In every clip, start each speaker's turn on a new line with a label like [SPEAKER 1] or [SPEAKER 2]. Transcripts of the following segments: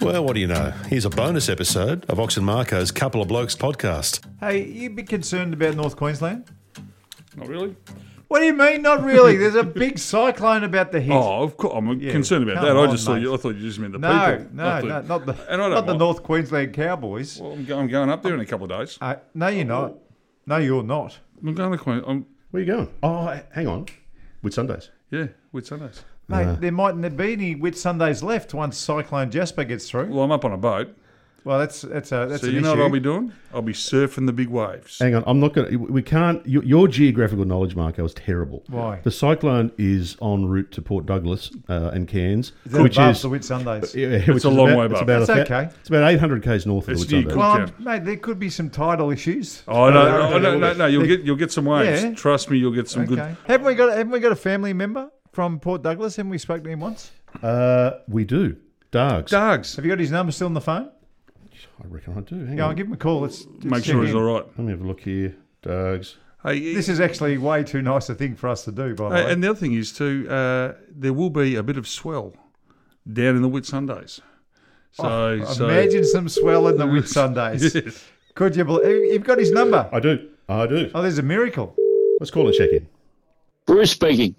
[SPEAKER 1] Well, what do you know? Here's a bonus episode of Ox and Marco's Couple of Blokes podcast.
[SPEAKER 2] Hey, you a bit concerned about North Queensland?
[SPEAKER 3] Not Oh, really.
[SPEAKER 2] What do you mean? Not really. There's a big cyclone about the hit.
[SPEAKER 3] Oh, of course. I'm concerned about
[SPEAKER 2] come
[SPEAKER 3] that. I
[SPEAKER 2] on,
[SPEAKER 3] just thought
[SPEAKER 2] mate.
[SPEAKER 3] you, I thought you just meant the
[SPEAKER 2] no,
[SPEAKER 3] people.
[SPEAKER 2] no,
[SPEAKER 3] the-
[SPEAKER 2] no, not the
[SPEAKER 3] And I don't
[SPEAKER 2] not the
[SPEAKER 3] mind.
[SPEAKER 2] North Queensland Cowboys.
[SPEAKER 3] Well, I'm, go- I'm going up there in a couple of days.
[SPEAKER 2] Uh, no, you're not. No, you're not.
[SPEAKER 3] I'm going to Queen. I'm,
[SPEAKER 4] Where are you going? Oh, hang on. With Sundays.
[SPEAKER 3] yeah, with Sundays.
[SPEAKER 2] Mate, there mightn't be any Whit Sundays left once Cyclone Jasper gets through.
[SPEAKER 3] Well, I'm up on a boat.
[SPEAKER 2] Well, that's that's a that's
[SPEAKER 3] so
[SPEAKER 2] an
[SPEAKER 3] you know
[SPEAKER 2] issue.
[SPEAKER 3] what I'll be doing? I'll be surfing the big waves.
[SPEAKER 4] Hang on. I'm not going to. We can't. Your, your geographical knowledge, Marco, is terrible.
[SPEAKER 2] Why?
[SPEAKER 4] The cyclone is en route to Port Douglas uh, and Cairns,
[SPEAKER 2] Is that
[SPEAKER 4] which
[SPEAKER 2] above
[SPEAKER 4] is.
[SPEAKER 2] the Whit Sundays.
[SPEAKER 4] yeah, which
[SPEAKER 3] a
[SPEAKER 4] is
[SPEAKER 3] long
[SPEAKER 4] about-
[SPEAKER 3] way
[SPEAKER 4] It's
[SPEAKER 3] above.
[SPEAKER 4] about, a
[SPEAKER 2] That's
[SPEAKER 4] fa-
[SPEAKER 2] okay.
[SPEAKER 4] it's about 800 k's north of the
[SPEAKER 3] It's
[SPEAKER 4] Whit
[SPEAKER 3] near
[SPEAKER 4] Sundays.
[SPEAKER 3] Cook-
[SPEAKER 2] Well, I'm-
[SPEAKER 3] Good
[SPEAKER 2] mate, there could be some tidal issues.
[SPEAKER 3] Oh no, no,
[SPEAKER 4] no,
[SPEAKER 3] no, no, no, no! You'll get you'll get some waves.
[SPEAKER 2] Yeah.
[SPEAKER 3] Trust me, you'll get some
[SPEAKER 2] okay.
[SPEAKER 3] good.
[SPEAKER 2] Haven't we got haven't we got a family member from Port Douglas? Haven't we spoken to him once?
[SPEAKER 4] Uh, we do. Dargs.
[SPEAKER 3] Dargs.
[SPEAKER 2] Have you got his number still on the phone?
[SPEAKER 4] I reckon I do. Hang
[SPEAKER 2] Yeah, I'll
[SPEAKER 4] on.
[SPEAKER 2] give him a call. Let's, let's
[SPEAKER 3] Make
[SPEAKER 2] check
[SPEAKER 3] sure he's
[SPEAKER 2] in.
[SPEAKER 3] all right.
[SPEAKER 4] Let me have a look here. Dargs.
[SPEAKER 3] Hey,
[SPEAKER 2] This is actually way too nice a thing for us to do, by the
[SPEAKER 3] Hey,
[SPEAKER 2] way.
[SPEAKER 3] Uh, and the other thing is too, uh, there will be a bit of swell down in the Whit Sundays. So, so
[SPEAKER 2] Oh, Imagine some swell in the Whit Sundays. Could you believe? You've got his number.
[SPEAKER 4] I do. I do.
[SPEAKER 2] Oh, there's a miracle.
[SPEAKER 4] Let's call and check in.
[SPEAKER 5] Bruce speaking.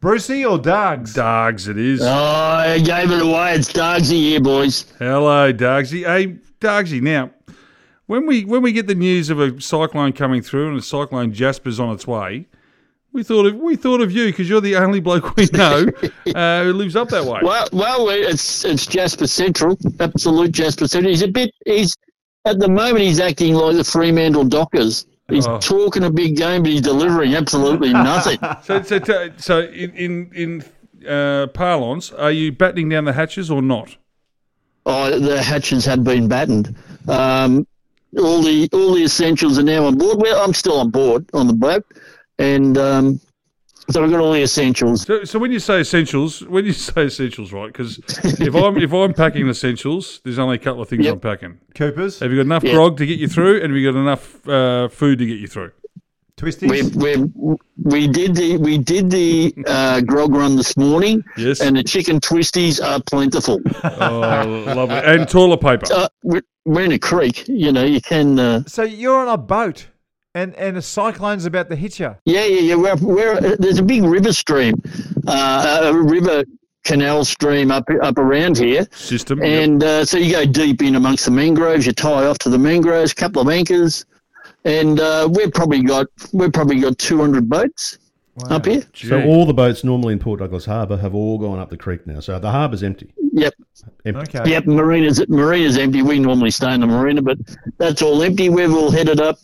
[SPEAKER 2] Brucey or Dargs?
[SPEAKER 3] Dargs it is.
[SPEAKER 5] Oh, I gave it away. It's Dargsy here, boys.
[SPEAKER 3] Hello, Dargsy. Hey, Dargsy. Now, when we when we get the news of a cyclone coming through and a cyclone Jasper's on its way, we thought of we thought of you because you're the only bloke we know uh, who lives up that way.
[SPEAKER 5] Well, well, it's it's Jasper Central, absolute Jasper Central. He's a bit. He's at the moment he's acting like the Fremantle Dockers. He's
[SPEAKER 3] Oh.
[SPEAKER 5] talking a big game, but he's delivering absolutely nothing.
[SPEAKER 3] So so so- so in in, in uh, parlance, are you battening down the hatches or not?
[SPEAKER 5] oh, the hatches had been battened. Um, all the all the essentials are now on board. Well, I'm still on board on the boat, and um, so I've got all the essentials.
[SPEAKER 3] So, so when you say essentials, when you say essentials, right? Because if I'm if I'm packing essentials, there's only a couple of things
[SPEAKER 5] Yep.
[SPEAKER 3] I'm packing.
[SPEAKER 2] Coopers?
[SPEAKER 3] Have you got enough grog to get you through, and have you got enough uh, food to get you through?
[SPEAKER 5] we
[SPEAKER 2] Twisties?
[SPEAKER 5] we we did the we did the uh, grog run this morning,
[SPEAKER 3] Yes.
[SPEAKER 5] and the chicken twisties are plentiful.
[SPEAKER 3] Oh, lovely. And toilet paper.
[SPEAKER 5] Uh, we're, we're in a creek, you know. You can, uh,
[SPEAKER 2] So you're on a boat and, and a cyclone's about to hit you.
[SPEAKER 5] yeah, yeah, yeah. We're, we're there's a big river stream, uh, a river canal stream up up around here,
[SPEAKER 3] System. yep.
[SPEAKER 5] and uh, so you go deep in amongst the mangroves. You tie off to the mangroves, couple of anchors, and uh, we've probably got we've probably got two hundred boats up here.
[SPEAKER 4] So
[SPEAKER 3] Gee.
[SPEAKER 4] all the boats normally in Port Douglas Harbour have all gone up the creek now. So the harbour's empty.
[SPEAKER 5] Yep.
[SPEAKER 4] Empty.
[SPEAKER 2] Okay.
[SPEAKER 5] Yep, marina's marina's empty. We normally stay in the marina, but that's all empty. We've all headed up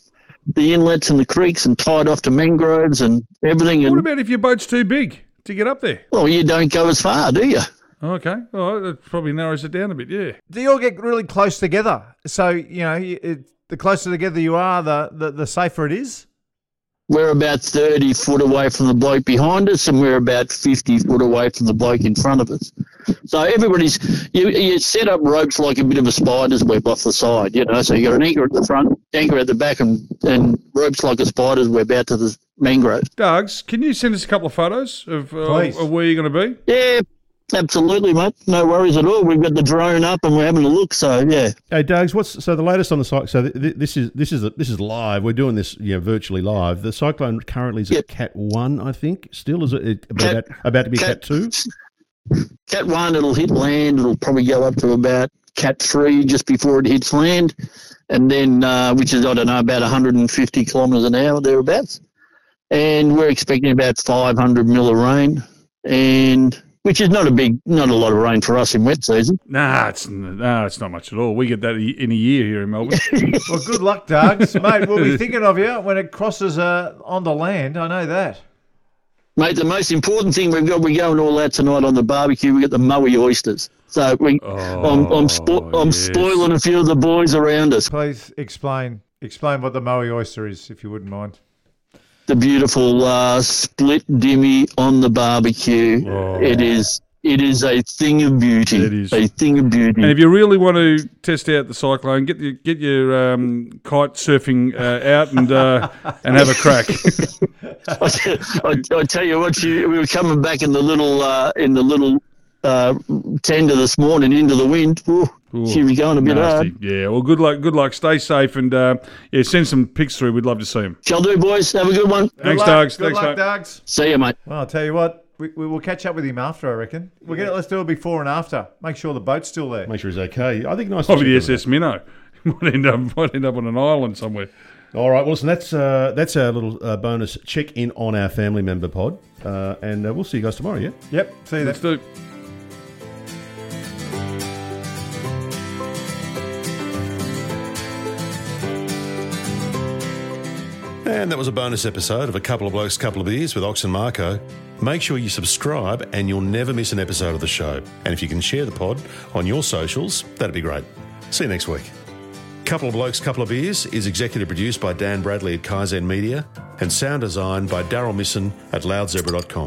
[SPEAKER 5] the inlets and the creeks and tied off to mangroves and everything.
[SPEAKER 3] What
[SPEAKER 5] And
[SPEAKER 3] about if your boat's too big to get up there? Oh,
[SPEAKER 5] well, you don't go as far, do you?
[SPEAKER 3] Okay. All right. That probably narrows it down a bit. Yeah.
[SPEAKER 2] Do you all get really close together? So, you know, you- it, the closer together you are, the, the, the safer it is?
[SPEAKER 5] We're about thirty foot away from the bloke behind us, and we're about fifty foot away from the bloke in front of us. So everybody's you, you set up ropes like a bit of a spider's web off the side, you know. So you got an anchor at the front, anchor at the back, and and ropes like a spider's web out to the mangrove.
[SPEAKER 3] Dargs, can you send us a couple of photos of, uh,
[SPEAKER 2] Please.
[SPEAKER 3] of where you're going to be?
[SPEAKER 5] Yeah, absolutely, mate. No worries at all. We've got the drone up and we're having a look. So yeah,
[SPEAKER 4] Hey, Doug's. What's so the latest on the cyclone? So th- th- this is this is this is live. We're doing this, you know, virtually live. The cyclone currently is at
[SPEAKER 5] Yep.
[SPEAKER 4] Cat One, I think. Still is it, it
[SPEAKER 5] Cat-
[SPEAKER 4] about, about to be Cat, Two?
[SPEAKER 5] Cat one, it'll hit land. It'll probably go up to about Cat three just before it hits land, and then uh, which is I don't know about 150 kilometres an hour thereabouts. And we're expecting about 500 mil of rain, and which is not a big, not a lot of rain for us in wet season.
[SPEAKER 3] Nah, it's n- nah, it's not much at all. We get that i- in a year here in Melbourne.
[SPEAKER 2] Well, good luck, Dargs. Mate, we'll be thinking of you when it crosses uh, on the land. I know that.
[SPEAKER 5] Mate, the most important thing we've got, we're going all out tonight on the barbecue. We've got the Maui oysters. So we, I'm, I'm, spo-
[SPEAKER 3] Oh,
[SPEAKER 5] I'm
[SPEAKER 3] yes.
[SPEAKER 5] spoiling a few of the boys around us.
[SPEAKER 2] Please explain explain what the Maui oyster is, if you wouldn't mind.
[SPEAKER 5] The beautiful uh, split dimmy on the barbecue. It is, it is a thing of beauty.
[SPEAKER 3] Oh. It is.
[SPEAKER 5] a thing of beauty.
[SPEAKER 3] And if you really want to test out the cyclone, get your, get your um, kite surfing uh, out and uh, and have a crack.
[SPEAKER 5] I, tell- I, I tell you what, you, we were coming back in the little, uh, in the little uh, tender this morning into the wind. Woo,
[SPEAKER 3] Ooh,
[SPEAKER 5] Here we go, and a bit uh,
[SPEAKER 3] nasty.
[SPEAKER 5] hard.
[SPEAKER 3] Yeah. Well, good luck. Good luck. Stay safe and uh, yeah, send some pics through. We'd love to see them.
[SPEAKER 5] Shall do, boys. Have a good one.
[SPEAKER 3] Thanks,
[SPEAKER 2] luck.
[SPEAKER 3] Doug.
[SPEAKER 2] Good
[SPEAKER 3] Thanks,
[SPEAKER 2] luck,
[SPEAKER 3] Doug.
[SPEAKER 2] Dogs.
[SPEAKER 5] See you, mate.
[SPEAKER 2] Well, I'll tell you what, we, we will catch up with him after, I reckon. We're gonna let's do it before and after. Make sure the boat's still there.
[SPEAKER 4] Make sure he's okay. I think nice. to
[SPEAKER 3] Probably the
[SPEAKER 4] check on him.
[SPEAKER 3] SS Minnow. might end up might end up on an island somewhere.
[SPEAKER 4] All right. Well, listen, that's uh, that's our little uh, bonus check in on our family member pod, uh, and uh, we'll see you guys tomorrow. Yeah.
[SPEAKER 2] Yep. See you then.
[SPEAKER 3] Let's do.
[SPEAKER 1] And that was a bonus episode of A Couple of Blokes, Couple of Beers with Ox and Marco. Make sure you subscribe and you'll never miss an episode of the show. And if you can share the pod on your socials, that'd be great. See you next week. Couple of Blokes, Couple of Beers is executive produced by Dan Bradley at Kaizen Media and sound designed by Daryl Misson at loudzebra.com.